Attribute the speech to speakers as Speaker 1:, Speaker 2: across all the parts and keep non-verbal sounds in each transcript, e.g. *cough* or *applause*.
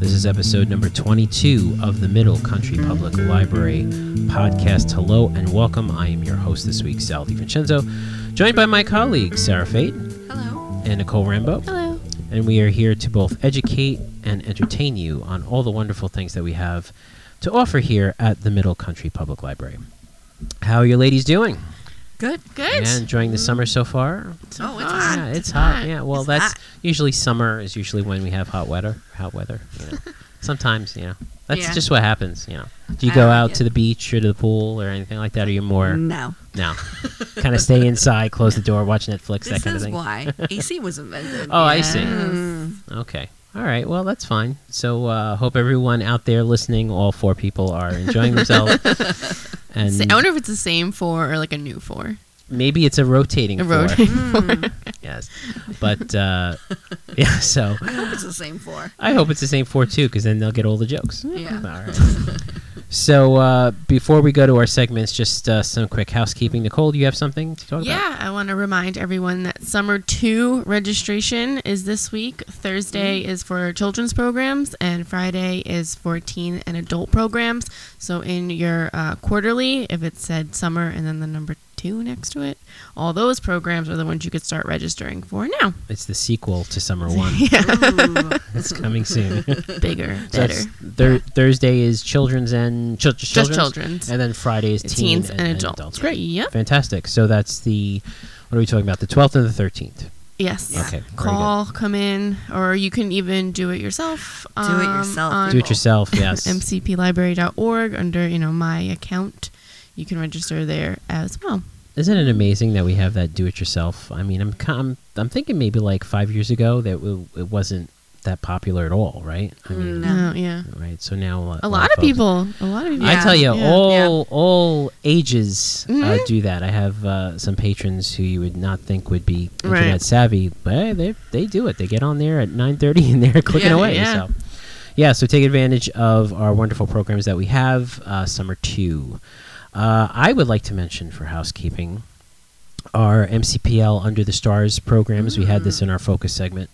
Speaker 1: This is episode number 22 of the Middle Country Public Library podcast. Hello and welcome. I am your host this week, Sal DiVincenzo, joined by my colleagues, Sarah Fate
Speaker 2: Hello.
Speaker 1: and Nicole Rambo.
Speaker 2: Hello.
Speaker 1: And we are here to both educate and entertain you on all the wonderful things that we have to offer here at the Middle Country Public Library. How are you ladies doing?
Speaker 2: Good. Good.
Speaker 1: Yeah, enjoying the summer so far?
Speaker 2: oh, it's hot.
Speaker 1: Yeah, it's hot. Yeah, well,
Speaker 2: It's
Speaker 1: that's
Speaker 2: hot.
Speaker 1: usually summer is usually when we have hot weather. Hot weather. You
Speaker 2: *laughs*
Speaker 1: know. Sometimes, you know, that's
Speaker 2: Yeah.
Speaker 1: just what happens. You know, do you
Speaker 2: I
Speaker 1: go
Speaker 2: like
Speaker 1: out
Speaker 2: it. Mm.
Speaker 1: to the beach or to the pool or anything like that? Or you more
Speaker 2: No. *laughs*
Speaker 1: no, kind of stay inside, close the door, watch Netflix, that
Speaker 2: This
Speaker 1: kind of
Speaker 2: is
Speaker 1: thing. *laughs*
Speaker 2: why AC was invented.
Speaker 1: Oh, I see.
Speaker 2: Mm.
Speaker 1: Okay. All right. Well, that's fine. So, uh, hope everyone out there listening, all four people, are enjoying
Speaker 2: *laughs*
Speaker 1: themselves. and
Speaker 3: Sa- I wonder if it's the same four or like a new four.
Speaker 1: maybe it's a rotating
Speaker 3: A
Speaker 1: four.
Speaker 3: *laughs* rotating four.
Speaker 1: *laughs* Yes. But uh, *laughs* yeah. So
Speaker 2: I hope it's the same floor.
Speaker 1: I hope it's the same four too, because then they'll get all the jokes.
Speaker 2: Yeah.
Speaker 3: *laughs*
Speaker 1: All right. so uh, before we go to our segments, just uh, some quick housekeeping. Nicole, do you have something to talk about?
Speaker 3: Yeah, I want to remind everyone that summer two registration is this week. Thursday is for children's programs, and Friday is for teen and adult programs. So, in your uh, quarterly, if it said summer and then the number two next to it, all those programs are the ones you could start registering for *laughs* now.
Speaker 1: It's the sequel to
Speaker 3: *laughs*
Speaker 1: Summer One.
Speaker 3: Yeah,
Speaker 2: Ooh.
Speaker 1: it's coming
Speaker 3: *laughs*
Speaker 1: soon.
Speaker 3: bigger,
Speaker 1: So
Speaker 3: better.
Speaker 1: that's thur- Thursday is children's and chil- just
Speaker 3: Just
Speaker 1: children's,
Speaker 3: children's.
Speaker 1: and then Friday is
Speaker 3: It's
Speaker 1: teen
Speaker 3: teens and, adults. Great. Yep.
Speaker 1: fantastic. So that's the what are we talking about? The twelfth and the thirteenth.
Speaker 3: Yes.
Speaker 2: Yeah.
Speaker 1: Okay, very good.
Speaker 3: Call, come in, or you can even do it yourself. um,
Speaker 2: it yourself.
Speaker 3: on
Speaker 1: Do it
Speaker 3: *laughs*
Speaker 1: yourself. Yes.
Speaker 3: mcplibrary.org under you know my account. You can register there as well.
Speaker 1: Isn't it amazing that we have that do-it-yourself? I mean, I'm ki- I'm, I'm thinking maybe like five years ago that w- it wasn't that popular at all, right? I mean,
Speaker 2: No.
Speaker 3: Oh, yeah,
Speaker 1: right. So now a,
Speaker 3: a lot of
Speaker 1: folks-
Speaker 3: people, a lot of people.
Speaker 1: I tell you,
Speaker 3: Yeah.
Speaker 1: all
Speaker 2: Yeah.
Speaker 1: all ages uh,
Speaker 3: Mhm.
Speaker 1: do that. I have uh, some patrons who you would not think would be
Speaker 3: Right.
Speaker 1: internet savvy, but hey, they they do it. They get on there at nine thirty *laughs* and they're clicking
Speaker 3: Yeah,
Speaker 1: away.
Speaker 3: yeah.
Speaker 1: So, yeah. So take advantage of our wonderful programs that we have. Uh, summer two. Uh, I would like to mention for housekeeping our MCPL Under the Stars programs. We had
Speaker 3: Mm.
Speaker 1: this in our focus segment.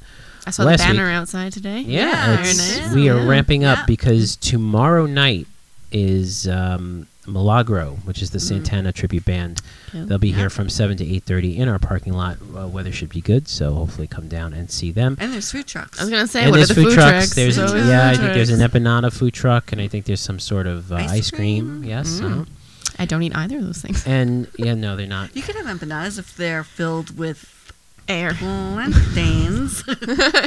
Speaker 3: I saw
Speaker 1: last
Speaker 3: the banner
Speaker 1: week-
Speaker 3: outside today.
Speaker 1: Yeah,
Speaker 2: Yeah,
Speaker 1: it's-
Speaker 3: very nice.
Speaker 1: we are
Speaker 3: Yeah.
Speaker 1: ramping up
Speaker 2: Yeah.
Speaker 1: because tomorrow night is um, Milagro, which is the Santana tribute band.
Speaker 3: Cool.
Speaker 1: They'll be here from seven to eight thirty in our parking lot. Uh, weather should be good, so hopefully come down and see them.
Speaker 2: And there's food trucks.
Speaker 3: I was gonna say,
Speaker 1: and
Speaker 3: what are
Speaker 1: there's
Speaker 3: the food, trucks?
Speaker 1: There's
Speaker 3: There's
Speaker 1: a,
Speaker 3: always
Speaker 1: yeah, I
Speaker 3: food
Speaker 1: think there's an
Speaker 3: trucks.
Speaker 1: empanada food truck, and I think there's some sort of uh, ice,
Speaker 2: Ice
Speaker 1: cream. Yes. uh-huh.
Speaker 3: I don't eat either of those
Speaker 1: *laughs*
Speaker 3: things.
Speaker 1: And yeah, no, they're not.
Speaker 2: you could have empanadas if they're filled with
Speaker 3: Air.
Speaker 2: plantains. *laughs*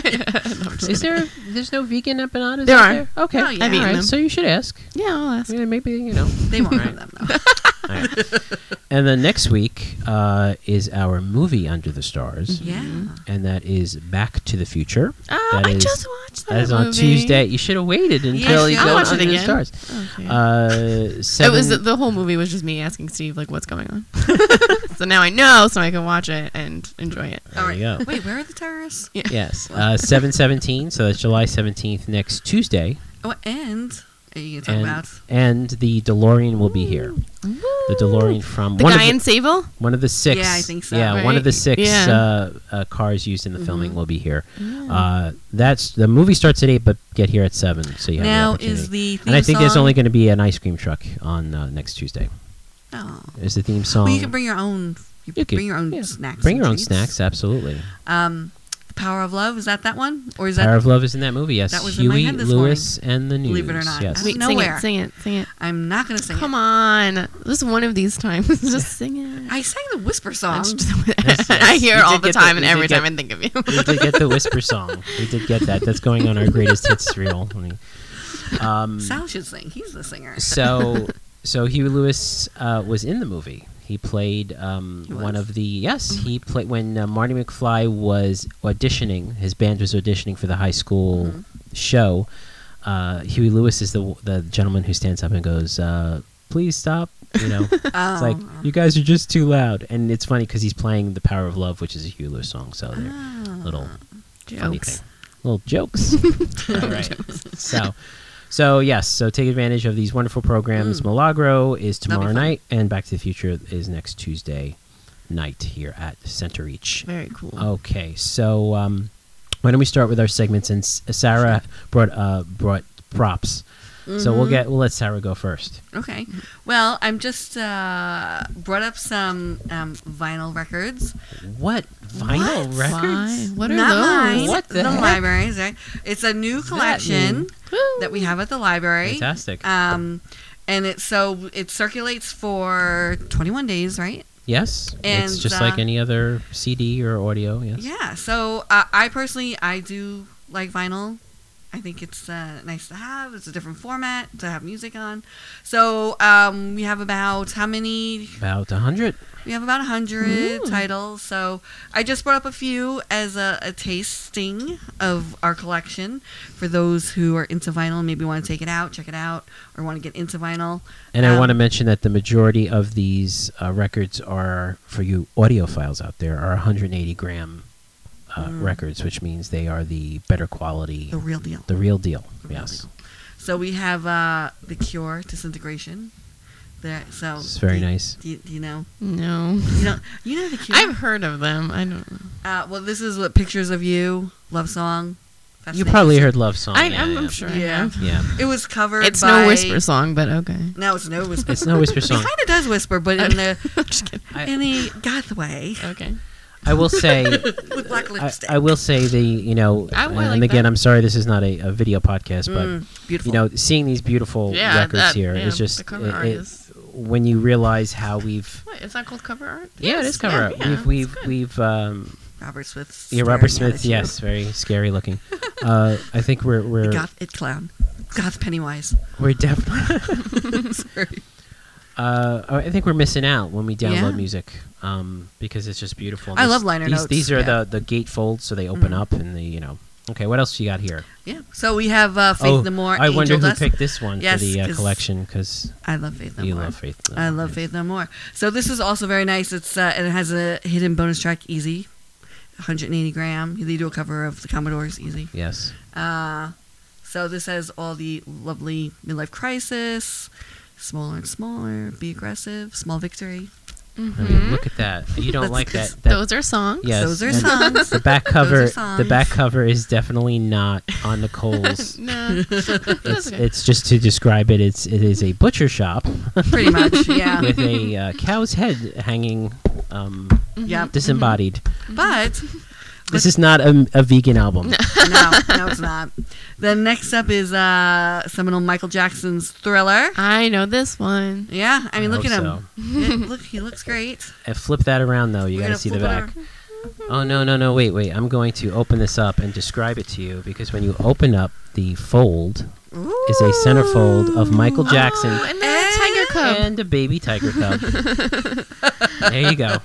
Speaker 1: Is there? There's no vegan empanadas.
Speaker 3: There
Speaker 1: out
Speaker 3: are.
Speaker 1: Okay.
Speaker 2: Oh, yeah. I've
Speaker 1: All
Speaker 3: eaten
Speaker 1: right,
Speaker 3: them.
Speaker 1: So you should ask.
Speaker 3: Yeah, I'll ask.
Speaker 1: Yeah, maybe you know.
Speaker 2: they won't have them
Speaker 1: *laughs*
Speaker 2: though.
Speaker 1: All right. and then next week uh, is our movie Under the Stars,
Speaker 2: Yeah.
Speaker 1: and that is Back to the Future.
Speaker 3: Oh,
Speaker 1: That
Speaker 3: I
Speaker 1: is-
Speaker 3: just watched that.
Speaker 1: That is on
Speaker 3: movie.
Speaker 1: Tuesday. You should have waited until
Speaker 2: should.
Speaker 1: you
Speaker 2: I'll
Speaker 1: go
Speaker 2: watch it
Speaker 1: Under the
Speaker 3: again.
Speaker 1: Stars.
Speaker 3: Okay.
Speaker 1: Uh,
Speaker 3: it
Speaker 1: seven,
Speaker 3: was the, the whole movie was just me asking Steve like what's going
Speaker 1: *laughs*
Speaker 3: on. *laughs* so now I know, so I can watch it and enjoy it.
Speaker 1: There you go.
Speaker 2: Wait, where are the terrorists?
Speaker 1: *laughs* yes, uh, seven seventeen. So that's July seventeenth next Tuesday,
Speaker 2: Oh, and are you gonna talk
Speaker 1: and
Speaker 2: about?
Speaker 1: and the DeLorean will be here. The DeLorean from
Speaker 3: The
Speaker 1: one
Speaker 3: guy
Speaker 1: of
Speaker 3: in Sable.
Speaker 1: One of the six.
Speaker 2: Yeah, I think so.
Speaker 1: Yeah, one of the
Speaker 3: Right?
Speaker 1: six
Speaker 3: Yeah.
Speaker 1: uh, uh, cars used in the filming will be here.
Speaker 3: Mm.
Speaker 1: Uh, that's the movie starts at eight, but get here at seven, so you have
Speaker 2: Now
Speaker 1: the opportunity.
Speaker 2: is the theme
Speaker 1: and I think there's
Speaker 2: song-
Speaker 1: only going to be an ice cream truck on uh, next Tuesday.
Speaker 2: Oh.
Speaker 1: Is the theme song?
Speaker 2: Well, you can bring your own. You,
Speaker 1: You could-
Speaker 2: bring your own
Speaker 1: yeah.
Speaker 2: snacks.
Speaker 1: Bring
Speaker 2: and
Speaker 1: your own
Speaker 2: treats.
Speaker 1: snacks, absolutely.
Speaker 2: Um, the Power of Love is that that one or is that
Speaker 1: Power of Love is in that movie. Yes,
Speaker 2: That was in my
Speaker 1: Huey
Speaker 2: head this
Speaker 1: Lewis and the News.
Speaker 2: Believe it or not.
Speaker 1: yes.
Speaker 2: Wait,
Speaker 3: Wait, sing
Speaker 2: nowhere.
Speaker 3: it, sing it, sing it.
Speaker 2: I'm not gonna sing.
Speaker 3: Come on, just one of these times. *laughs* just sing
Speaker 2: it.
Speaker 3: it.
Speaker 2: I sang the whisper song.
Speaker 1: Yes, yes.
Speaker 3: *laughs* I hear
Speaker 1: You
Speaker 3: all
Speaker 1: did
Speaker 3: the
Speaker 1: get that-
Speaker 3: time, and
Speaker 1: you
Speaker 3: every
Speaker 1: did
Speaker 3: time
Speaker 1: get-
Speaker 3: I think of you.
Speaker 1: we did
Speaker 2: *laughs*
Speaker 1: get the whisper song. We did get that. That's going on our greatest hits
Speaker 2: *laughs*
Speaker 1: reel. Um,
Speaker 2: Sal should sing. He's the singer.
Speaker 1: so so Huey Lewis uh, was in the movie. He played um,
Speaker 2: He
Speaker 1: one
Speaker 2: was?
Speaker 1: of the yes. He played when uh, Marty McFly was auditioning. His band was auditioning for the high school
Speaker 2: Mm-hmm.
Speaker 1: show. Uh, Huey Lewis is the the gentleman who stands up and goes, uh, "Please stop!" You
Speaker 2: *laughs*
Speaker 1: know, it's
Speaker 2: Oh.
Speaker 1: like you guys are just too loud. And it's funny because he's playing "The Power of Love," which is a Huey Lewis song. So they're
Speaker 2: Ah.
Speaker 1: little funny
Speaker 3: Jokes.
Speaker 1: thing. Little jokes. All right. So, So yes, so take advantage of these wonderful programs.
Speaker 2: Mm.
Speaker 1: Milagro is
Speaker 2: That'll be
Speaker 1: tomorrow
Speaker 2: fun.
Speaker 1: night, and Back to the Future is next Tuesday night here at Center Reach.
Speaker 3: Very cool.
Speaker 1: Okay, so um, why don't we start with our segments? And S- Sarah brought uh, brought props, so
Speaker 2: Mm-hmm.
Speaker 1: we'll get we'll let Sarah go first.
Speaker 2: Okay. Well, I'm just uh, brought up some um, vinyl records.
Speaker 1: What vinyl
Speaker 2: What?
Speaker 3: Why?
Speaker 1: records?
Speaker 3: What are
Speaker 2: Not mine.
Speaker 3: those?
Speaker 1: What the
Speaker 2: the
Speaker 1: heck?
Speaker 2: libraries? Right? It's a new
Speaker 1: that
Speaker 2: collection
Speaker 1: mean?
Speaker 3: Woo.
Speaker 2: that, we have at the library.
Speaker 1: Fantastic.
Speaker 2: Um, and it so it circulates for 21 days, right?
Speaker 1: yes, it's
Speaker 2: and,
Speaker 1: just like
Speaker 2: uh,
Speaker 1: any other CD or audio. Yes.
Speaker 2: Yeah. So uh, I personally I do like vinyl. I think it's uh, nice to have. It's a different format to have music on. So um, we have about how many
Speaker 1: About a hundred.
Speaker 2: We have about 100
Speaker 3: Ooh.
Speaker 2: titles, so I just brought up a few as a, a tasting of our collection for those who are into vinyl and maybe want to take it out, check it out, or want to get into vinyl.
Speaker 1: And I
Speaker 2: Um,
Speaker 1: want to mention that the majority of these uh, records are, for you audiophiles out there, are 180 gram uh, records, which means they are the better quality,
Speaker 2: Mm. The
Speaker 1: the,
Speaker 2: real deal.
Speaker 1: real deal.
Speaker 2: real
Speaker 1: Yes.
Speaker 2: deal. So we have uh, The Cure, Disintegration. There, so
Speaker 1: It's very
Speaker 2: do-
Speaker 1: nice.
Speaker 2: Do, you- do you know?
Speaker 3: No.
Speaker 2: You know, you know The Cure.
Speaker 3: I've heard of them. I don't know.
Speaker 2: uh, well, this is what Pictures of You, Love Song. That's
Speaker 1: You
Speaker 2: the-
Speaker 1: probably heard Love Song.
Speaker 3: I,
Speaker 1: Oh, yeah,
Speaker 3: I'm,
Speaker 1: yeah.
Speaker 3: I'm sure. I
Speaker 2: Yeah.
Speaker 3: have.
Speaker 1: Yeah.
Speaker 2: It was covered.
Speaker 3: It's
Speaker 2: by,
Speaker 3: no whisper song, but okay. *laughs*
Speaker 2: No, it's no whisper.
Speaker 1: It's no whisper
Speaker 2: It *laughs*
Speaker 1: song.
Speaker 2: kind of does whisper, but in the
Speaker 3: I'm just kidding.
Speaker 1: I,
Speaker 2: in a goth way
Speaker 3: Okay.
Speaker 1: I will
Speaker 2: *laughs*
Speaker 1: say.
Speaker 2: with black
Speaker 1: I,
Speaker 2: lipstick.
Speaker 1: I will say the you know
Speaker 3: I
Speaker 1: and,
Speaker 3: would like
Speaker 1: again
Speaker 3: that.
Speaker 1: I'm sorry this is not a, a video podcast but
Speaker 2: Mm, beautiful.
Speaker 1: you know seeing these beautiful
Speaker 3: Yeah,
Speaker 1: records
Speaker 3: that-
Speaker 1: here is
Speaker 3: yeah,
Speaker 1: just
Speaker 3: the cover
Speaker 1: it-
Speaker 3: art
Speaker 1: it-
Speaker 3: is-
Speaker 1: when you realize how we've
Speaker 3: What, is that called cover art?
Speaker 1: yeah it is cover art we've we've we've um,
Speaker 2: Robert Smith.
Speaker 1: Yeah, Robert Smith. Yes, very scary
Speaker 2: *laughs*
Speaker 1: looking. uh, I think we're
Speaker 2: The
Speaker 1: we're
Speaker 2: goth it clown, goth Pennywise. *laughs*
Speaker 1: we're definitely.
Speaker 2: Sorry.
Speaker 1: *laughs* Uh, I think we're missing out when we download
Speaker 2: Yeah.
Speaker 1: music um, because it's just beautiful.
Speaker 2: I
Speaker 1: This-
Speaker 2: love liner
Speaker 1: these,
Speaker 2: notes,
Speaker 1: These are
Speaker 2: yeah.
Speaker 1: the the gatefolds, so they open
Speaker 2: Mhm.
Speaker 1: up and they you know. Okay, what else you got here? Oh,
Speaker 2: Yeah. So we have uh, Faith No More.
Speaker 1: I
Speaker 2: Angel
Speaker 1: wonder who
Speaker 2: Dust.
Speaker 1: picked this one
Speaker 2: Yes,
Speaker 1: for the uh,
Speaker 2: 'cause
Speaker 1: collection because
Speaker 2: I love Faith No
Speaker 1: you
Speaker 2: More.
Speaker 1: love Faith. No
Speaker 2: I
Speaker 1: More,
Speaker 2: love
Speaker 1: yeah.
Speaker 2: Faith No More. So this is also very nice. It's uh, and it has a hidden bonus track, Easy, 180 gram. They do a cover of the Commodores, Easy.
Speaker 1: Yes,
Speaker 2: Uh, so this has all the lovely midlife crisis, smaller and smaller, be aggressive, small victory.
Speaker 1: I
Speaker 2: Mm-hmm.
Speaker 1: mean, look at that. You don't
Speaker 2: That's
Speaker 1: like that.
Speaker 2: 'cause
Speaker 1: that
Speaker 3: Mm-hmm. Those are songs.
Speaker 1: Yes,
Speaker 2: Those
Speaker 1: *laughs*
Speaker 2: are
Speaker 1: and
Speaker 2: songs.
Speaker 1: the back
Speaker 2: are
Speaker 1: cover. The
Speaker 2: songs.
Speaker 1: back cover is definitely not on
Speaker 2: *laughs*
Speaker 1: Nicole's
Speaker 3: no. *laughs* That's
Speaker 1: it's,
Speaker 3: okay.
Speaker 1: it's just to describe it. It's it is a butcher
Speaker 2: *laughs*
Speaker 1: shop
Speaker 2: Pretty much, yeah.
Speaker 1: *laughs*
Speaker 2: *laughs*
Speaker 1: with a uh, cow's head hanging, um,
Speaker 2: yeah.
Speaker 1: disembodied.
Speaker 2: Mm-hmm. But
Speaker 1: This is not a, a vegan album.
Speaker 2: no, no, it's not. Then next up is uh seminal Michael Jackson's Thriller.
Speaker 3: I know this one.
Speaker 2: Yeah, I mean,
Speaker 1: I
Speaker 2: look at
Speaker 1: hope
Speaker 2: him. Yeah, look, he looks great.
Speaker 1: Uh, flip that around though. You
Speaker 2: We're
Speaker 1: got to see
Speaker 2: gonna
Speaker 1: the
Speaker 2: flip it
Speaker 1: back. Oh no no no! Wait wait! I'm going to open this up and describe it to you because when you open up the fold
Speaker 2: over.
Speaker 1: is a centerfold of Michael
Speaker 2: Ooh.
Speaker 1: Jackson
Speaker 3: Oh, and then a tiger cub.
Speaker 1: and a baby tiger cub. there you go.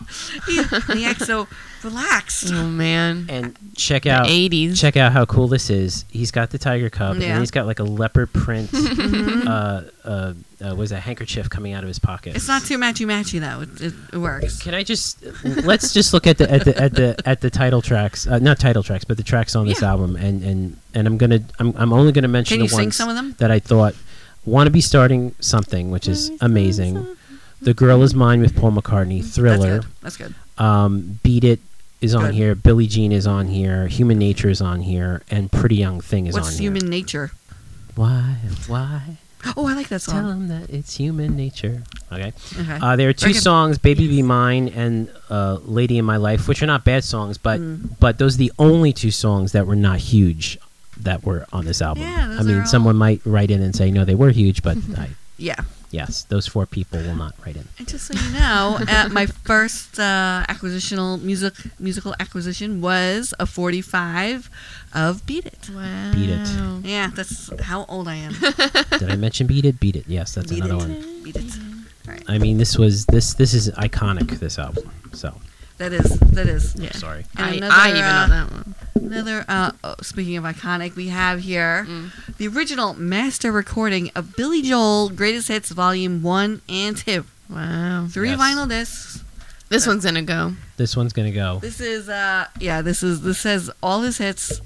Speaker 2: He- and he acts so
Speaker 1: *laughs*
Speaker 2: relaxed.
Speaker 3: *laughs* oh man.
Speaker 1: And check
Speaker 3: The
Speaker 1: out
Speaker 3: 80s.
Speaker 1: check out how cool this is. He's got the tiger cub,
Speaker 2: Yeah.
Speaker 1: and he's got like a leopard
Speaker 2: *laughs*
Speaker 1: print. uh, uh, uh, was a handkerchief coming out of his pocket?
Speaker 2: It's not too matchy matchy though. It, it, it works.
Speaker 1: Can I just let's just look at the at the at the at the title tracks, uh, not title tracks, but the tracks on this
Speaker 2: Yeah.
Speaker 1: album, and and and I'm gonna I'm I'm only gonna mention
Speaker 2: Can you
Speaker 1: the
Speaker 2: sing
Speaker 1: ones
Speaker 2: some of them?
Speaker 1: that I thought want to be starting something, which is amazing. The girl is mine with Paul McCartney,
Speaker 2: Mm, That's
Speaker 1: Thriller,
Speaker 2: good. That's good.
Speaker 1: um, Beat It is on
Speaker 2: Good.
Speaker 1: here, Billie Jean is on here, Human Nature is on here, and Pretty Young Thing is on
Speaker 2: What's
Speaker 1: here.
Speaker 2: human nature?
Speaker 1: Why? Why?
Speaker 2: Oh, I like that
Speaker 1: Tell 'em Tell
Speaker 2: song.
Speaker 1: them that it's human nature. Okay.
Speaker 2: Okay.
Speaker 1: Uh, there are two
Speaker 2: Very good.
Speaker 1: songs, "Baby Be Mine" and uh, "Lady in My Life," which are not bad songs, but
Speaker 2: Mm.
Speaker 1: but those are the only two songs that were not huge that were on this album.
Speaker 2: Yeah, those
Speaker 1: I mean,
Speaker 2: are all-
Speaker 1: someone might write in and say, "No, they were huge,"
Speaker 2: *laughs*
Speaker 1: but I,
Speaker 2: yeah.
Speaker 1: yes, those four people will not write in.
Speaker 2: And just so you know, uh, my first uh, acquisitional music musical acquisition was a 45 of Beat It.
Speaker 3: Wow.
Speaker 1: Beat it.
Speaker 2: Yeah, that's how old I
Speaker 1: *laughs*
Speaker 2: am.
Speaker 1: Did I mention "Beat It"? "Beat It," yes, that's
Speaker 2: Beat
Speaker 1: another
Speaker 2: it.
Speaker 1: one.
Speaker 2: Beat It. All right.
Speaker 1: I mean, this was this this is iconic. This album. So
Speaker 2: That is that is.
Speaker 3: Yeah.
Speaker 1: sorry.
Speaker 3: I,
Speaker 2: And
Speaker 3: I
Speaker 2: another,
Speaker 3: even
Speaker 2: uh,
Speaker 3: know that one.
Speaker 2: Another uh, oh, speaking of iconic, we have here
Speaker 3: Mm.
Speaker 2: the original master recording of Billy Joel Greatest Hits Volume 1 and 2.
Speaker 3: Wow.
Speaker 2: 3
Speaker 1: Yes.
Speaker 2: vinyl discs.
Speaker 3: This one's gonna go.
Speaker 1: This one's gonna go.
Speaker 2: This is uh yeah, this is this says all his hits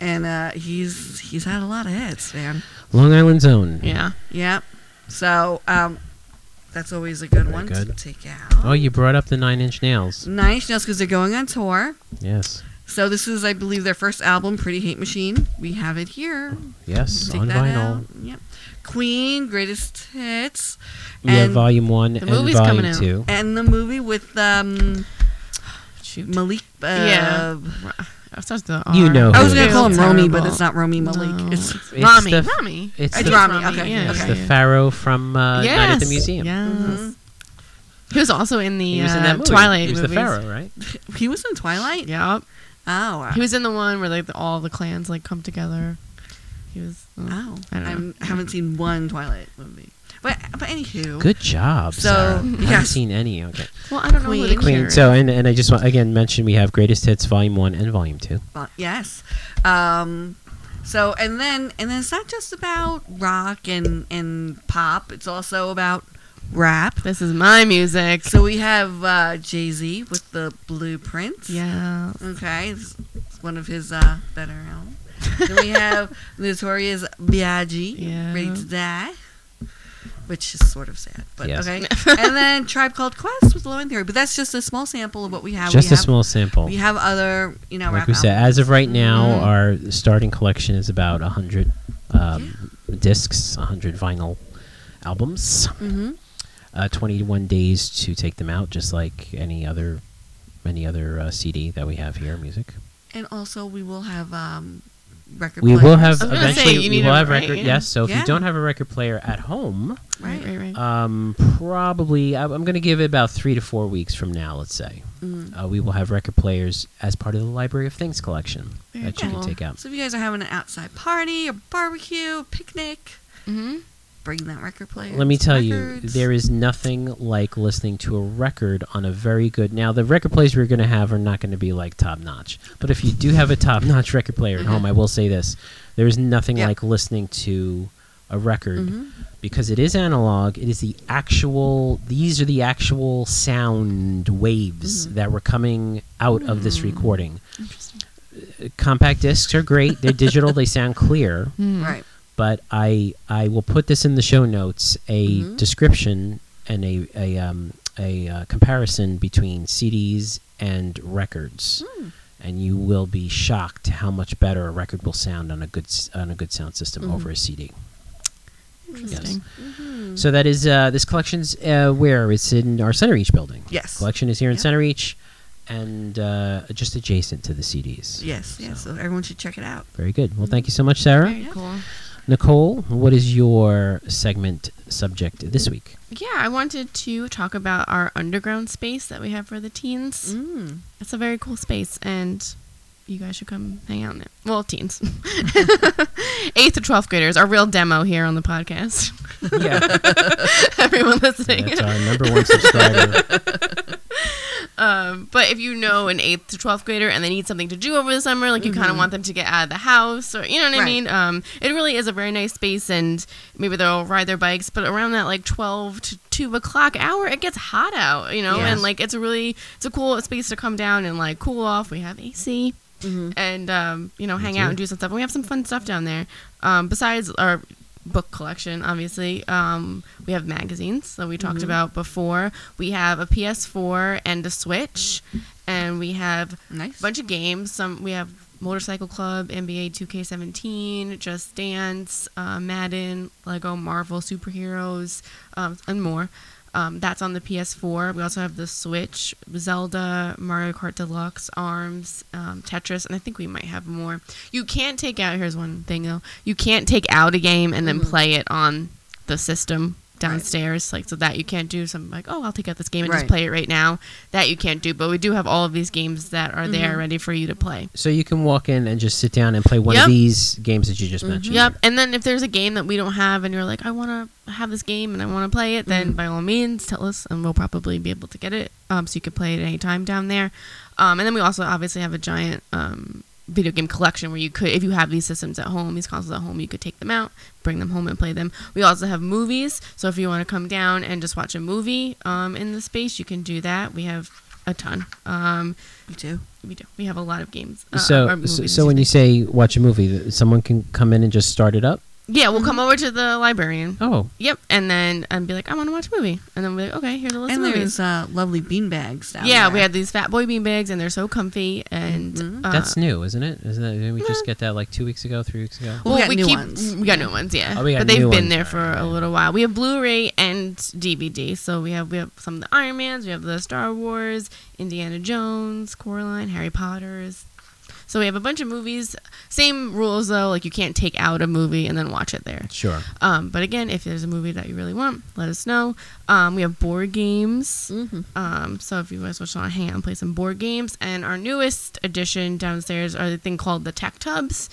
Speaker 2: and uh, he's he's had a lot of hits, man.
Speaker 1: Long Island Zone.
Speaker 3: Yeah.
Speaker 2: Yep. So um, that's always a good
Speaker 1: Very
Speaker 2: one to
Speaker 1: good.
Speaker 2: take out.
Speaker 1: Oh, you brought up the Nine Inch Nails.
Speaker 2: Nine Inch Nails because they're going on tour.
Speaker 1: Yes.
Speaker 2: So this is, I believe, their first album, Pretty Hate Machine. We have it here.
Speaker 1: Yes,
Speaker 2: Take
Speaker 1: on
Speaker 2: that
Speaker 1: vinyl.
Speaker 2: out. Yep. Queen, Greatest Hits,
Speaker 1: We have
Speaker 2: And-
Speaker 1: volume one and
Speaker 3: movie's
Speaker 1: volume
Speaker 3: coming out.
Speaker 1: two.
Speaker 2: and the movie with um,
Speaker 3: Shoot.
Speaker 2: Malik. Uh,
Speaker 3: Yeah. That starts with a
Speaker 1: You
Speaker 3: R.
Speaker 1: know
Speaker 2: I
Speaker 1: who
Speaker 2: was gonna
Speaker 1: it
Speaker 2: call him
Speaker 1: is.
Speaker 2: Romy, but
Speaker 3: Terrible.
Speaker 2: it's not Romy Malik.
Speaker 3: No.
Speaker 2: It's
Speaker 3: Rami.
Speaker 1: the-
Speaker 3: Rami.
Speaker 1: it's
Speaker 2: It's
Speaker 1: the-
Speaker 2: Rami, okay,
Speaker 3: Yeah.
Speaker 1: It's
Speaker 2: okay.
Speaker 1: the Pharaoh from uh, Night at the
Speaker 3: Yes,
Speaker 1: Museum.
Speaker 3: Yes. He was also in the
Speaker 1: He was in
Speaker 3: uh,
Speaker 1: that movie.
Speaker 3: Twilight
Speaker 1: He was
Speaker 3: movies.
Speaker 1: the Pharaoh, right?
Speaker 2: he was in Twilight.
Speaker 3: Yep.
Speaker 2: Oh,
Speaker 3: He was in the one where like the, all the clans like come together. He was. mm.
Speaker 2: oh.
Speaker 3: I don't know.
Speaker 2: I'm- I haven't seen one Twilight movie, but but anywho,
Speaker 1: Good job.
Speaker 2: So,
Speaker 1: Sarah. haven't
Speaker 2: yes.
Speaker 1: seen any. Okay.
Speaker 3: Well, I don't know who the
Speaker 2: Queen.
Speaker 1: Queen.
Speaker 3: cure
Speaker 1: So
Speaker 3: is.
Speaker 1: and and I just want again mention we have greatest hits volume one and volume two.
Speaker 2: Well, yes. Um, so and then and then it's not just about rock and and pop. It's also about rap.
Speaker 3: this is my music.
Speaker 2: So we have uh, Jay Z with the Blueprint.
Speaker 3: yeah.
Speaker 2: Okay, it's it's one of his uh, better albums. then
Speaker 1: *laughs*
Speaker 2: we have Notorious Biaggi,
Speaker 3: Yeah.
Speaker 2: Ready to Die, which is sort of sad, but
Speaker 1: Yes. *laughs*
Speaker 2: okay. and then Tribe Called Quest with Low End Theory, but that's just a small sample of what we have.
Speaker 1: just
Speaker 2: we
Speaker 1: a
Speaker 2: have,
Speaker 1: small sample.
Speaker 2: We have other, you know,
Speaker 1: like
Speaker 2: rap
Speaker 1: we said, as
Speaker 2: albums.
Speaker 1: of right now,
Speaker 2: Mhm.
Speaker 1: our starting collection is about hundred um, discs, hundred vinyl albums.
Speaker 2: hmm
Speaker 1: Uh, Twenty-one days to take them out, just like any other any other uh, CD that we have here. Music.
Speaker 2: And also, we will have um, record.
Speaker 1: We will
Speaker 2: players.
Speaker 1: have uh,
Speaker 3: I was gonna say,
Speaker 1: eventually.
Speaker 3: you
Speaker 1: we
Speaker 3: need
Speaker 1: will
Speaker 3: a-
Speaker 1: have
Speaker 3: right,
Speaker 1: record.
Speaker 3: yeah. Mm-hmm.
Speaker 1: Yes. So if
Speaker 2: Yeah.
Speaker 1: you don't have a record player at home,
Speaker 3: Right. Uh, Right. Right.
Speaker 1: um, probably I, I'm going to give it about three to four weeks from now. Let's say.
Speaker 2: Mm.
Speaker 1: uh, we will have record players as part of the Library of Things collection
Speaker 3: Very
Speaker 1: that you
Speaker 3: cool.
Speaker 1: can take out.
Speaker 2: So if you guys are having an outside party, a barbecue, picnic,
Speaker 3: mm-hmm.
Speaker 2: bring that record player.
Speaker 1: Let me
Speaker 2: It's
Speaker 1: tell
Speaker 2: records.
Speaker 1: you, there is nothing like listening to a record on a very good. Now, the record players we're going to have are not going to be like top notch, but if you do have a top notch record player at home, I will say this: there is nothing
Speaker 2: Yeah.
Speaker 1: like listening to a record
Speaker 2: Mhm.
Speaker 1: because it is analog. It is the actual. These are the actual sound waves that were coming out of this recording.
Speaker 3: Interesting.
Speaker 1: Compact discs are great; they're digital. they sound clear.
Speaker 3: Hmm.
Speaker 2: right.
Speaker 1: but I I will put this in the show notes a
Speaker 2: Mhm.
Speaker 1: description and a a um, a uh, comparison between CDs and records,
Speaker 2: Mm-hmm. Mm.
Speaker 1: and you will be shocked how much better a record will sound on a good s- on a good sound system over a CD.
Speaker 3: Interesting.
Speaker 2: Mm-hmm.
Speaker 1: So that is uh, this collection's uh, where it's in our Center Reach building.
Speaker 2: Yes.
Speaker 1: Collection is here in
Speaker 2: Yeah.
Speaker 1: Center Reach, and uh, just adjacent to the CDs.
Speaker 2: Yes, yes. So everyone should check it out.
Speaker 1: Very good. Well, thank you so much, Sarah.
Speaker 3: Very
Speaker 2: Yeah.
Speaker 3: cool.
Speaker 1: Nicole, what is your segment subject this
Speaker 3: *laughs*
Speaker 1: week?
Speaker 3: Yeah, I wanted to talk about our underground space that we have for the teens.
Speaker 2: Mm.
Speaker 3: It's a very cool space, and you guys should come hang out in it. Well, teens, *laughs* eighth to twelfth graders, our real demo here on the podcast. *laughs*
Speaker 1: Yeah.
Speaker 3: Everyone listening.
Speaker 1: That's our number one
Speaker 3: *laughs*
Speaker 1: subscriber.
Speaker 3: Um, but if you know an eighth to twelfth grader and they need something to do over the summer, like you kind of want them to get out of the house, or you know what I
Speaker 2: Right.
Speaker 3: mean. Um, it really is a very nice space, and maybe they'll ride their bikes. But around that like twelve to two o'clock hour, it gets hot out, you know,
Speaker 1: Yes.
Speaker 3: and like it's a really it's a cool space to come down and like cool off. We have AC
Speaker 2: Mm-hmm.
Speaker 3: and um, you know hang out and do some stuff. And we have some fun stuff down there. Um, besides our book collection, obviously, um, we have magazines that we talked about before. We have a PS4 and a Switch, and we have
Speaker 2: Nice.
Speaker 3: a bunch of games. Some we have Motorcycle Club, NBA 2K17, Just Dance, uh, Madden, Lego Marvel Superheroes, um, and more. Um, that's on the PS4. We also have the Switch, Zelda, Mario Kart Deluxe, Arms, um, Tetris, and I think we might have more. You can't take out. Here's one thing though. You can't take out a game and
Speaker 2: Mm-hmm.
Speaker 3: then play it on the system downstairs like so that you can't do something like oh i'll take out this game and just
Speaker 2: Right.
Speaker 3: play it right now that you can't do but we do have all of these games that are there ready for you to play
Speaker 1: So you can walk in and just sit down and play one
Speaker 3: Yep. Mm-hmm.
Speaker 1: of these games that you just mentioned.
Speaker 3: yep and then if there's a game that we don't have and you're like i want to have this game and i want to play it then by all means tell us and we'll probably be able to get it um, so you can play it any time down there um, and then we also obviously have a giant um, video game collection where you could if you have these systems at home these consoles at home you could take them out bring them home and play them we also have movies so if you want to come down and just watch a movie um, in the space you can do that we have a ton. Um,
Speaker 2: You too.
Speaker 3: we do. We have a lot of games. uh, or
Speaker 1: so, so,
Speaker 3: movies,
Speaker 1: so when you say
Speaker 3: excuse
Speaker 1: watch a movie, th- someone can come in and just start it up.
Speaker 3: me. yeah, we'll come over to the librarian.
Speaker 1: Oh,
Speaker 3: Yep, and then and be like, I want to watch a movie, and then we're like, okay, here's a list
Speaker 2: And
Speaker 3: of
Speaker 2: there's
Speaker 3: movies.
Speaker 2: uh, lovely beanbag stuff.
Speaker 3: Yeah, we had these fat boy beanbags, and they're so comfy, and
Speaker 2: Mhm.
Speaker 3: uh,
Speaker 1: that's new, isn't it? Isn't that didn't we just
Speaker 3: Nah.
Speaker 1: get that like two weeks ago, three weeks ago?
Speaker 2: Well, we got new ones.
Speaker 3: We got new ones, yeah.
Speaker 1: Oh, we got
Speaker 3: but they've
Speaker 1: new
Speaker 3: been
Speaker 1: ones.
Speaker 3: there for a
Speaker 1: Alright.
Speaker 3: little while. We have Blu-ray and DVD, so we have we have some of the Iron Mans, we have the Star Wars, Indiana Jones, Coraline, Harry Potter's. So we have a bunch of movies. Same rules though, like you can't take out a movie and then watch it there.
Speaker 1: Sure.
Speaker 3: Um, but again, if there's a movie that you really want, let us know. Um, we have board games.
Speaker 2: Mhm.
Speaker 3: Um, so if you guys want to hang out and play some board games, and our newest addition downstairs are the thing called the tech tubs.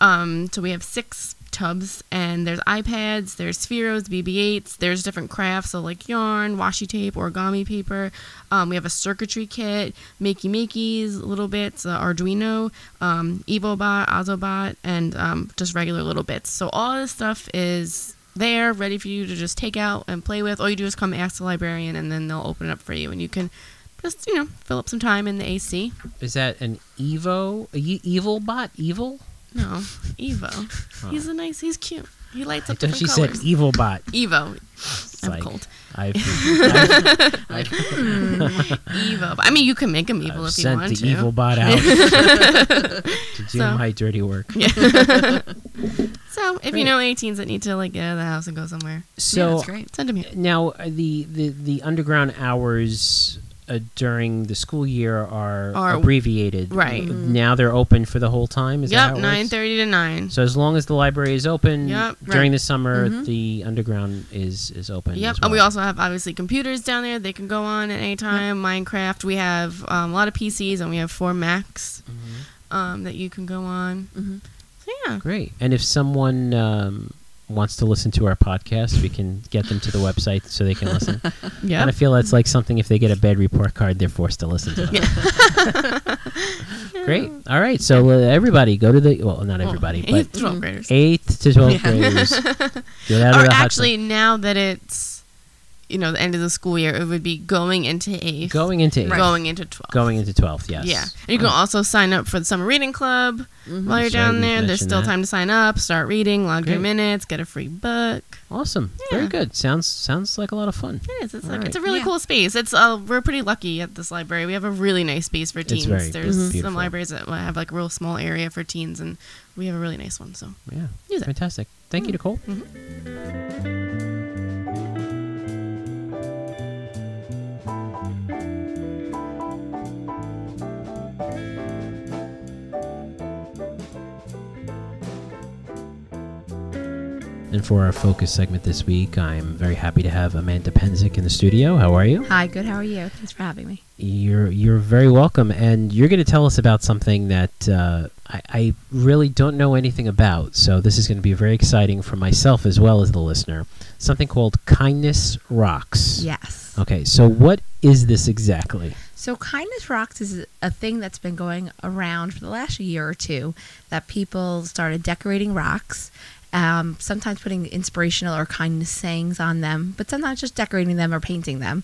Speaker 3: Um, so we have six tubs, and there's iPads, there's spheros, BB-8s, there's different crafts, so like yarn, washi tape, origami paper. Um, we have a circuitry kit, makey makeys, little bits, uh, Arduino, um, EvoBot, Ozobot, and um, just regular little bits. So all this stuff is there ready for you to just take out and play with. All you do is come ask the librarian, and then they'll open it up for you, and you can just you know fill up some time in the AC.
Speaker 1: Is that an Evo, a ye- evil bot, evil?
Speaker 3: No, Evo, he's a nice, he's cute. He lights up
Speaker 1: Don't she E-
Speaker 3: different
Speaker 1: said
Speaker 3: colors.
Speaker 1: evil bot?
Speaker 3: Evo, I'm
Speaker 1: like-
Speaker 3: cold. *laughs* Hmm.
Speaker 1: I've, I've, I've,
Speaker 3: Evo. I mean, you can make him evil
Speaker 1: I've
Speaker 3: if you
Speaker 1: sent
Speaker 3: want
Speaker 1: the
Speaker 3: to.
Speaker 1: evil
Speaker 3: *laughs*
Speaker 1: bot out to do
Speaker 3: So-
Speaker 1: my dirty work.
Speaker 3: So if you
Speaker 1: Great.
Speaker 3: know 18s that need to like get out of the house and go somewhere,
Speaker 1: So
Speaker 2: that's great.
Speaker 3: send them here.
Speaker 1: now uh, the, the the underground hours uh, during the school year are,
Speaker 3: Are-
Speaker 1: abbreviated.
Speaker 3: right.
Speaker 1: Uh, Now they're open for the whole time. Is that
Speaker 3: Yep,
Speaker 1: how it
Speaker 3: nine
Speaker 1: works?
Speaker 3: thirty to nine.
Speaker 1: So as long as the library is open
Speaker 3: Yep, right.
Speaker 1: during the summer, the underground is is open.
Speaker 3: Yep,
Speaker 1: as
Speaker 3: and we
Speaker 1: well.
Speaker 3: also have obviously computers down there. They can go on at any time. Minecraft. We have um, a lot of PCs, and we have four Macs
Speaker 1: Mm-hmm.
Speaker 3: um, that you can go on.
Speaker 2: Mhm.
Speaker 3: So yeah,
Speaker 1: great. And if someone um, wants to listen to our podcast, we can get them to the website so they can listen. And I
Speaker 3: yeah.
Speaker 1: feel that's like something if they get a bad report card, they're forced to listen to
Speaker 3: *laughs*
Speaker 1: us. Great. All right. So uh, everybody, go to the well, not
Speaker 3: *laughs*
Speaker 1: everybody, but
Speaker 3: eighth, 12th graders.
Speaker 1: eighth to twelfth
Speaker 2: Yeah.
Speaker 3: *laughs*
Speaker 1: graders. Get out of
Speaker 3: Or
Speaker 1: the hot
Speaker 3: actually, now that it's you know the end of the school year, it would be going into
Speaker 1: tub.
Speaker 3: eighth,
Speaker 1: going into eighth,
Speaker 3: going into twelfth.
Speaker 1: going into twelfth. Yes. Um,
Speaker 3: Yeah, and you can also sign up for the summer reading club
Speaker 2: Mm-hmm.
Speaker 3: while you're
Speaker 1: Sorry,
Speaker 3: down
Speaker 1: we
Speaker 3: there. There's
Speaker 1: mentioned
Speaker 3: still
Speaker 1: that.
Speaker 3: time to sign up, start reading, log your
Speaker 1: Great.
Speaker 3: minutes, get a free book.
Speaker 1: Awesome.
Speaker 3: Yeah.
Speaker 1: Very good. Sounds sounds like a lot of fun.
Speaker 3: It is. It's,
Speaker 1: All
Speaker 3: like, it's a
Speaker 1: right.
Speaker 3: really
Speaker 2: Yeah.
Speaker 3: cool space. It's uh, we're pretty lucky at this library. We have a really nice space for teens.
Speaker 1: very
Speaker 3: There's
Speaker 1: beautiful.
Speaker 3: some libraries that have like a real small area for teens, and we have a really nice one. So
Speaker 1: Yeah.
Speaker 3: use it. Mm-hmm.
Speaker 1: Fantastic. Thank you, Nicole. And for our focus segment this week, I'm very happy to have Amanda Penzick in the studio. How are you?
Speaker 4: Hi, good. How are you? Thanks for having me.
Speaker 1: You're you're very welcome, and you're going to tell us about something that uh, I, I really don't know anything about. So this is going to be very exciting for myself as well as the listener. Something called kindness rocks.
Speaker 4: Yes.
Speaker 2: Oh.
Speaker 1: Okay, so what is this exactly?
Speaker 4: So, kindness rocks is a thing that's been going around for the last year or two that people started decorating rocks, um, sometimes putting inspirational or kindness sayings on them, but sometimes just decorating them or painting them,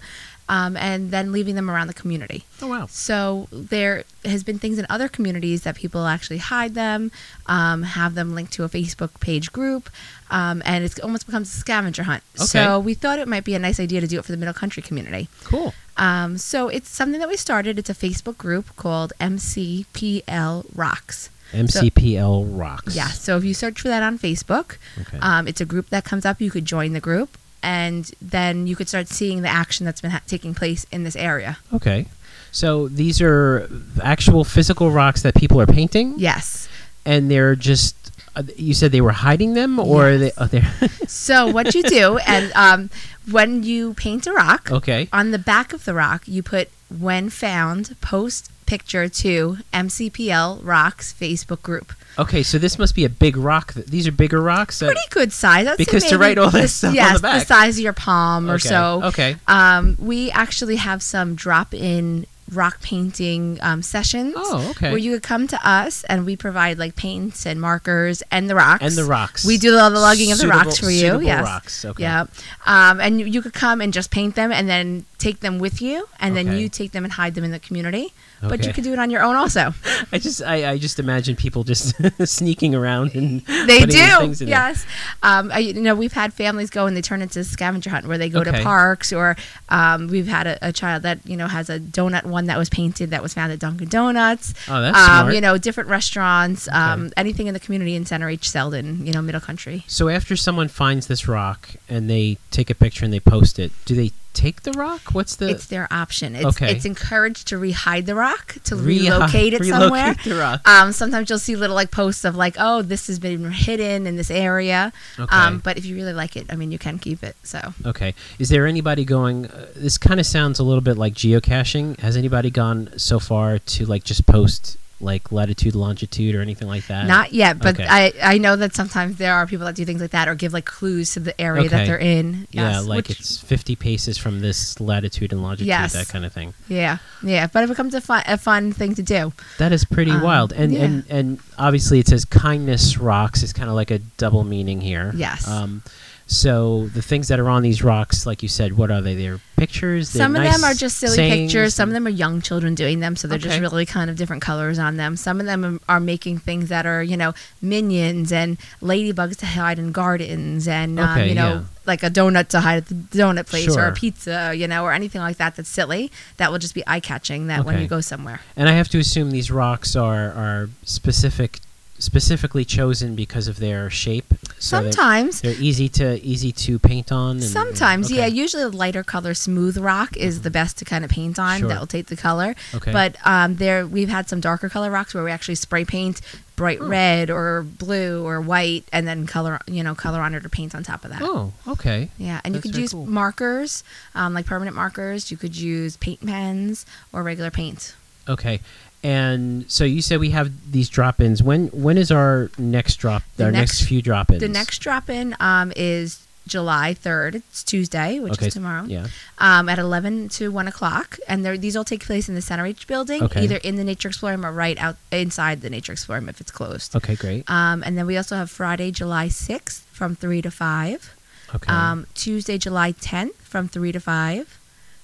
Speaker 4: um, and then leaving them around the community.
Speaker 1: Oh wow.
Speaker 4: So there has been things in other communities that people actually hide them, um, have them linked to a Facebook page group, um, and it's almost becomes a scavenger hunt.
Speaker 1: Okay.
Speaker 4: So we thought it might be a nice idea to do it for the Middle Country community.
Speaker 1: Cool.
Speaker 4: Um, so it's something that we started. It's a Facebook group called MCPL Rocks.
Speaker 1: MCPL rocks.
Speaker 4: Yeah. So if you search for that on Facebook,
Speaker 1: Okay.
Speaker 2: Uh,
Speaker 4: um, it's a group that comes up. You could join the group, and then you could start seeing the action that's been ha- taking place in this area.
Speaker 1: okay. So these are actual physical rocks that people are painting.
Speaker 4: Yes.
Speaker 1: And they're just. uh, You said they were hiding them, or are they? Oh, they're *laughs*
Speaker 4: So what you do, and um, when you paint a rock,
Speaker 1: okay.
Speaker 4: on the back of the rock, you put when found, post picture to MCPL Rocks Facebook group.
Speaker 1: Okay, so this must be a big rock. th- These are bigger rocks. that-
Speaker 4: pretty good size. I'd
Speaker 1: Because
Speaker 4: say
Speaker 1: to
Speaker 4: maybe
Speaker 1: write all
Speaker 4: the-
Speaker 1: this stuff on
Speaker 4: yes,
Speaker 1: the back.
Speaker 4: size of your palm or
Speaker 1: Okay, Oh.
Speaker 4: so.
Speaker 1: okay.
Speaker 4: Um, we actually have some drop-in rock painting um, sessions.
Speaker 1: Oh, okay.
Speaker 4: Where you could come to us and we provide like paints and markers and the rocks.
Speaker 1: and the rocks.
Speaker 4: We do all the lugging of the
Speaker 1: Suitable-
Speaker 4: rocks for you.
Speaker 1: suitable
Speaker 4: Yes.
Speaker 1: rocks. Okay.
Speaker 4: Yeah. Um, and you, you could come and just paint them and then take them with you, and then
Speaker 1: Okay.
Speaker 4: you take them and hide them in the community. But
Speaker 1: Okay.
Speaker 4: you could do it on your own also.
Speaker 1: I just I, I just imagine people just *laughs* sneaking around and
Speaker 4: They
Speaker 1: putting these
Speaker 4: do,
Speaker 1: things in there.
Speaker 4: yes. Um, I, you know, we've had families go and they turn into scavenger hunt where they go
Speaker 1: Okay.
Speaker 4: to parks, or um, we've had a, a child that you know has a donut one that was painted that was found at Dunkin' Donuts.
Speaker 1: Oh, that's
Speaker 4: um,
Speaker 1: smart.
Speaker 4: You know, different restaurants, um, anything in the community in Center H, Selden, you know, Middle Country.
Speaker 1: So after someone finds this rock and they take a picture and they post it, do they take the rock? What's the
Speaker 4: it's their option. It's,
Speaker 1: Uh, okay.
Speaker 4: it's encouraged to rehide the rock to
Speaker 1: Rehi-
Speaker 4: relocate it somewhere.
Speaker 1: *laughs* relocate the rock.
Speaker 4: Um, sometimes you'll see little like posts of like, oh, this has been hidden in this area.
Speaker 1: Okay.
Speaker 4: Um, but if you really like it, I mean, you can keep it. So
Speaker 1: Okay. Is there anybody going? Uh, this kind of sounds a little bit like geocaching. Has anybody gone so far to like just post like latitude, longitude, or anything like that?
Speaker 4: not yet, but
Speaker 1: Uh, okay.
Speaker 4: I, I know that sometimes there are people that do things like that or give like clues to the area
Speaker 1: Okay.
Speaker 4: that they're in.
Speaker 1: Yeah,
Speaker 4: Yes,
Speaker 1: like
Speaker 4: which-
Speaker 1: it's 50 paces from this latitude and longitude,
Speaker 4: Yes.
Speaker 1: that kind of thing.
Speaker 4: yeah, yeah. But it becomes a fun, a fun thing to do.
Speaker 1: That is pretty
Speaker 4: Um,
Speaker 1: wild. And, and and obviously it says kindness rocks is kind of like a double meaning here.
Speaker 4: Yes.
Speaker 1: Um, so the things that are on these rocks, like you said, what are they? They're pictures. They're
Speaker 4: some
Speaker 1: nice
Speaker 4: of them are just silly
Speaker 1: sayings?
Speaker 4: pictures. Some of them are young children doing them, so they're just
Speaker 1: Okay.
Speaker 4: really kind of different colors on them. Some of them are making things that are, you know, minions and ladybugs to hide in gardens, and um,
Speaker 1: Okay,
Speaker 4: you know,
Speaker 1: yeah.
Speaker 4: like a donut to hide at the donut place, or
Speaker 1: Sure.
Speaker 4: a pizza, you know, or anything like that that's silly that will just be eye catching. That when
Speaker 1: Okay.
Speaker 4: you go somewhere,
Speaker 1: And I have to assume these rocks are are specific, specifically chosen because of their shape. So that
Speaker 4: sometimes
Speaker 1: they're easy to easy to paint on. And,
Speaker 4: Sometimes,
Speaker 1: okay. Mm-hmm.
Speaker 4: yeah. Usually, the lighter color, smooth rock is the best to kind of paint on.
Speaker 1: Sure.
Speaker 4: That will take the color.
Speaker 1: Okay.
Speaker 4: But um, there, we've had some darker color rocks where we actually spray paint bright
Speaker 1: Hmm.
Speaker 4: red or blue or white, and then color, you know, color on it or paint on top of that.
Speaker 1: Oh, okay.
Speaker 4: Yeah, and
Speaker 1: That's
Speaker 4: you could
Speaker 1: very
Speaker 4: use
Speaker 1: cool.
Speaker 4: markers, um, like permanent markers. You could use paint pens or regular paint.
Speaker 1: Okay. And so you said we have these drop-ins. When when is our next drop?
Speaker 4: The
Speaker 1: our next,
Speaker 4: next-
Speaker 1: few drop-ins.
Speaker 4: The next drop in um, is July third. It's Tuesday, which
Speaker 1: Okay,
Speaker 4: is tomorrow.
Speaker 1: Yeah.
Speaker 4: um, at 11 to 1 o'clock. And there, these all take place in the Center H building,
Speaker 1: Okay.
Speaker 4: either in the Nature Explorum or right out inside the Nature Explorum if it's closed.
Speaker 1: Okay. Great.
Speaker 4: Um, and then we also have Friday, July 6th from 3 to 5.
Speaker 1: Okay.
Speaker 4: Um, Tuesday, July 10th from 3 to 5.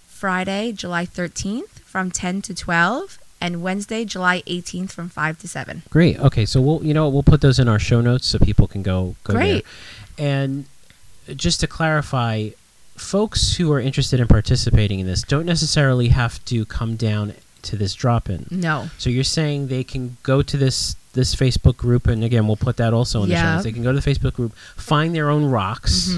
Speaker 4: Friday, July 13th from 10 to 12. And Wednesday, July 18th from 5 to 7.
Speaker 1: Great. Okay, so we'll you know what, we'll put those in our show notes so people can go go
Speaker 4: Great.
Speaker 1: there. And just to clarify, folks who are interested in participating in this don't necessarily have to come down to this drop-in.
Speaker 4: No.
Speaker 1: So you're saying they can go to this this Facebook group, and again we'll put that also in the show
Speaker 4: Yeah. Mm-hmm.
Speaker 1: notes. They can go to the Facebook group, find their own rocks,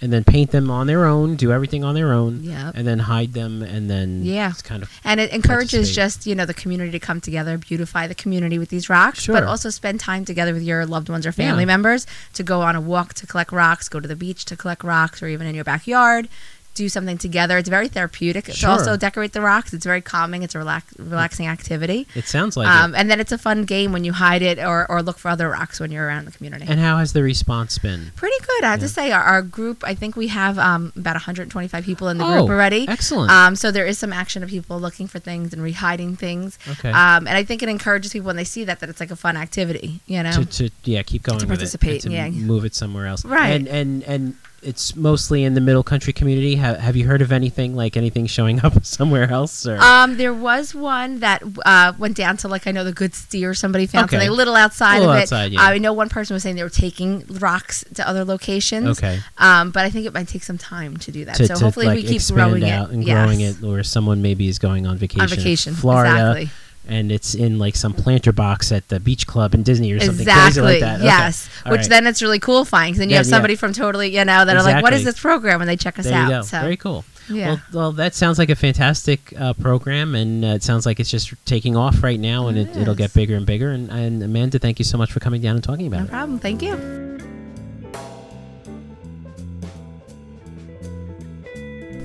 Speaker 1: and then paint them on their own, do everything on their own,
Speaker 4: Yep.
Speaker 1: and then hide them, and then
Speaker 4: Yeah.
Speaker 1: it's kind of
Speaker 4: And it encourages
Speaker 1: Participate.
Speaker 4: just, you know, the community to come together, beautify the community with these rocks,
Speaker 1: Sure.
Speaker 4: but also spend time together with your loved ones or family
Speaker 1: Yeah.
Speaker 4: members to go on a walk to collect rocks, go to the beach to collect rocks, or even in your backyard. Do something together. It's very therapeutic. It's
Speaker 1: Sure.
Speaker 4: also decorate the rocks. It's very calming. It's a relax- relaxing activity.
Speaker 1: it sounds like
Speaker 4: um,
Speaker 1: it.
Speaker 4: And then it's a fun game when you hide it or, or look for other rocks when you're around the community.
Speaker 1: And how has the response been?
Speaker 4: Pretty good. I have
Speaker 1: Yeah.
Speaker 4: to say, our, our group, I think we have um, about 125 people in the
Speaker 1: Oh,
Speaker 4: group already.
Speaker 1: excellent.
Speaker 4: Um, so there is some action of people looking for things and rehiding things.
Speaker 1: Okay.
Speaker 4: Um, and I think it encourages people when they see that, that it's like a fun activity, you know?
Speaker 1: to, to yeah keep going with it,
Speaker 4: participate,
Speaker 1: and to
Speaker 4: yeah.
Speaker 1: m- move it somewhere else
Speaker 4: Right.
Speaker 1: and and and it's mostly in the middle country community have, have you heard of anything like anything showing *laughs* up somewhere else or
Speaker 4: um, there was one that uh, went down to like I know the good steer somebody found
Speaker 1: Okay.
Speaker 4: something a little outside
Speaker 1: Little
Speaker 4: of it. Uh,
Speaker 1: outside, yeah.
Speaker 4: I know one person was saying they were taking rocks to other locations.
Speaker 1: Okay.
Speaker 4: Um, but I think it might take some time to do that.
Speaker 1: to,
Speaker 4: Uh, so
Speaker 1: to,
Speaker 4: hopefully
Speaker 1: like,
Speaker 4: we keep
Speaker 1: expand
Speaker 4: growing
Speaker 1: out
Speaker 4: it.
Speaker 1: and
Speaker 4: Yes.
Speaker 1: growing it or someone maybe is going on vacation
Speaker 4: on
Speaker 1: in
Speaker 4: vacation.
Speaker 1: Florida
Speaker 4: Exactly.
Speaker 1: and it's in like some planter box at the beach club in Disney or something crazy
Speaker 4: exactly.
Speaker 1: like that Okay.
Speaker 4: Yes.
Speaker 1: All
Speaker 4: Which
Speaker 1: right.
Speaker 4: then it's really cool finding. 'cause Then you
Speaker 1: Yeah,
Speaker 4: have
Speaker 1: yeah.
Speaker 4: somebody from totally, you know, that are like, what is
Speaker 1: Exactly.
Speaker 4: this program? And they check us
Speaker 1: there
Speaker 4: out.
Speaker 1: you go
Speaker 4: So
Speaker 1: very cool
Speaker 4: Yeah.
Speaker 1: Well, well, that sounds like a fantastic uh, program, and uh, it sounds like it's just taking off right now, and it, it'll get
Speaker 4: Yes.
Speaker 1: bigger and bigger. And, and Amanda, thank you so much for coming down and talking about
Speaker 4: no
Speaker 1: it.
Speaker 4: problem. Thank you.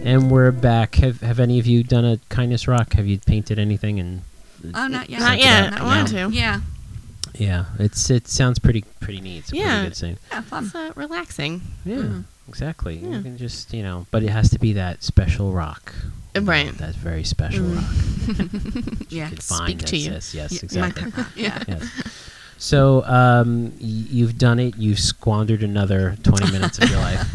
Speaker 1: And we're back. Have Have any of you done a kindness rock? Have you painted anything? And
Speaker 2: Oh, not yet.
Speaker 1: Not
Speaker 3: Not
Speaker 1: yet.
Speaker 3: yet.
Speaker 1: Not
Speaker 3: I want
Speaker 1: yet.
Speaker 3: to.
Speaker 2: Yeah.
Speaker 1: yeah, it's it sounds pretty pretty neat. It's a
Speaker 3: Yeah.
Speaker 1: pretty good thing.
Speaker 2: Yeah, fun.
Speaker 3: It's uh, relaxing.
Speaker 1: Yeah, exactly.
Speaker 3: Yeah.
Speaker 1: You can just you know, but it has to be that special rock.
Speaker 3: Uh, right.
Speaker 1: That very special
Speaker 3: Mm.
Speaker 1: rock.
Speaker 2: Yeah.
Speaker 1: You can find
Speaker 3: Speak to
Speaker 1: that
Speaker 3: you.
Speaker 1: says- Yes,
Speaker 2: *laughs* Yeah, my
Speaker 1: exactly.
Speaker 2: pet rock, Yeah.
Speaker 1: yes. So um, y- you've done it. You've squandered another 20 minutes of your life.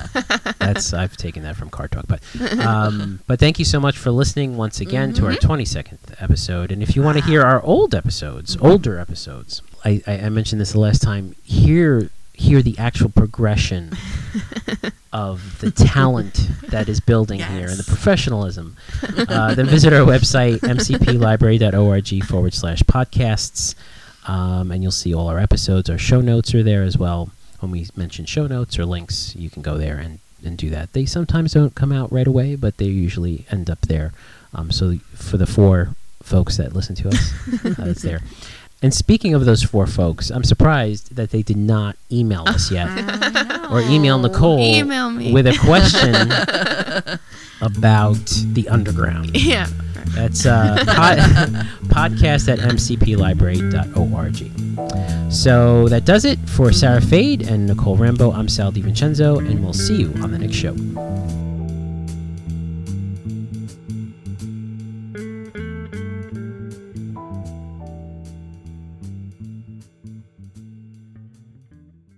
Speaker 1: That's I've taken that from Car Talk. But um, but thank you so much for listening once again to our 22nd episode. And if you want to hear our old episodes, older episodes, I, I, I mentioned this the last time. Hear hear the actual progression of the talent that is building here and the
Speaker 2: Yes.
Speaker 1: professionalism. Uh, then visit our website mcplibrary.org forward slash podcasts um, and you'll see all our episodes. Our show notes are there as well. When we mention show notes or links, you can go there and, and do that. They sometimes don't come out right away, but they usually end up there. Um, so for the four folks that listen to
Speaker 3: *laughs*
Speaker 1: us, uh, it's there. And speaking of those four folks, I'm surprised that they did not email
Speaker 3: *laughs*
Speaker 1: us yet or email Nicole
Speaker 3: Email me.
Speaker 1: with a question about the underground.
Speaker 3: *laughs* yeah.
Speaker 1: That's uh,
Speaker 3: *laughs*
Speaker 1: pod- podcast at mcplibrary.org. So that does it for Sarah Fade and Nicole Rambo. I'm Sal DiVincenzo, and we'll see you on the next show.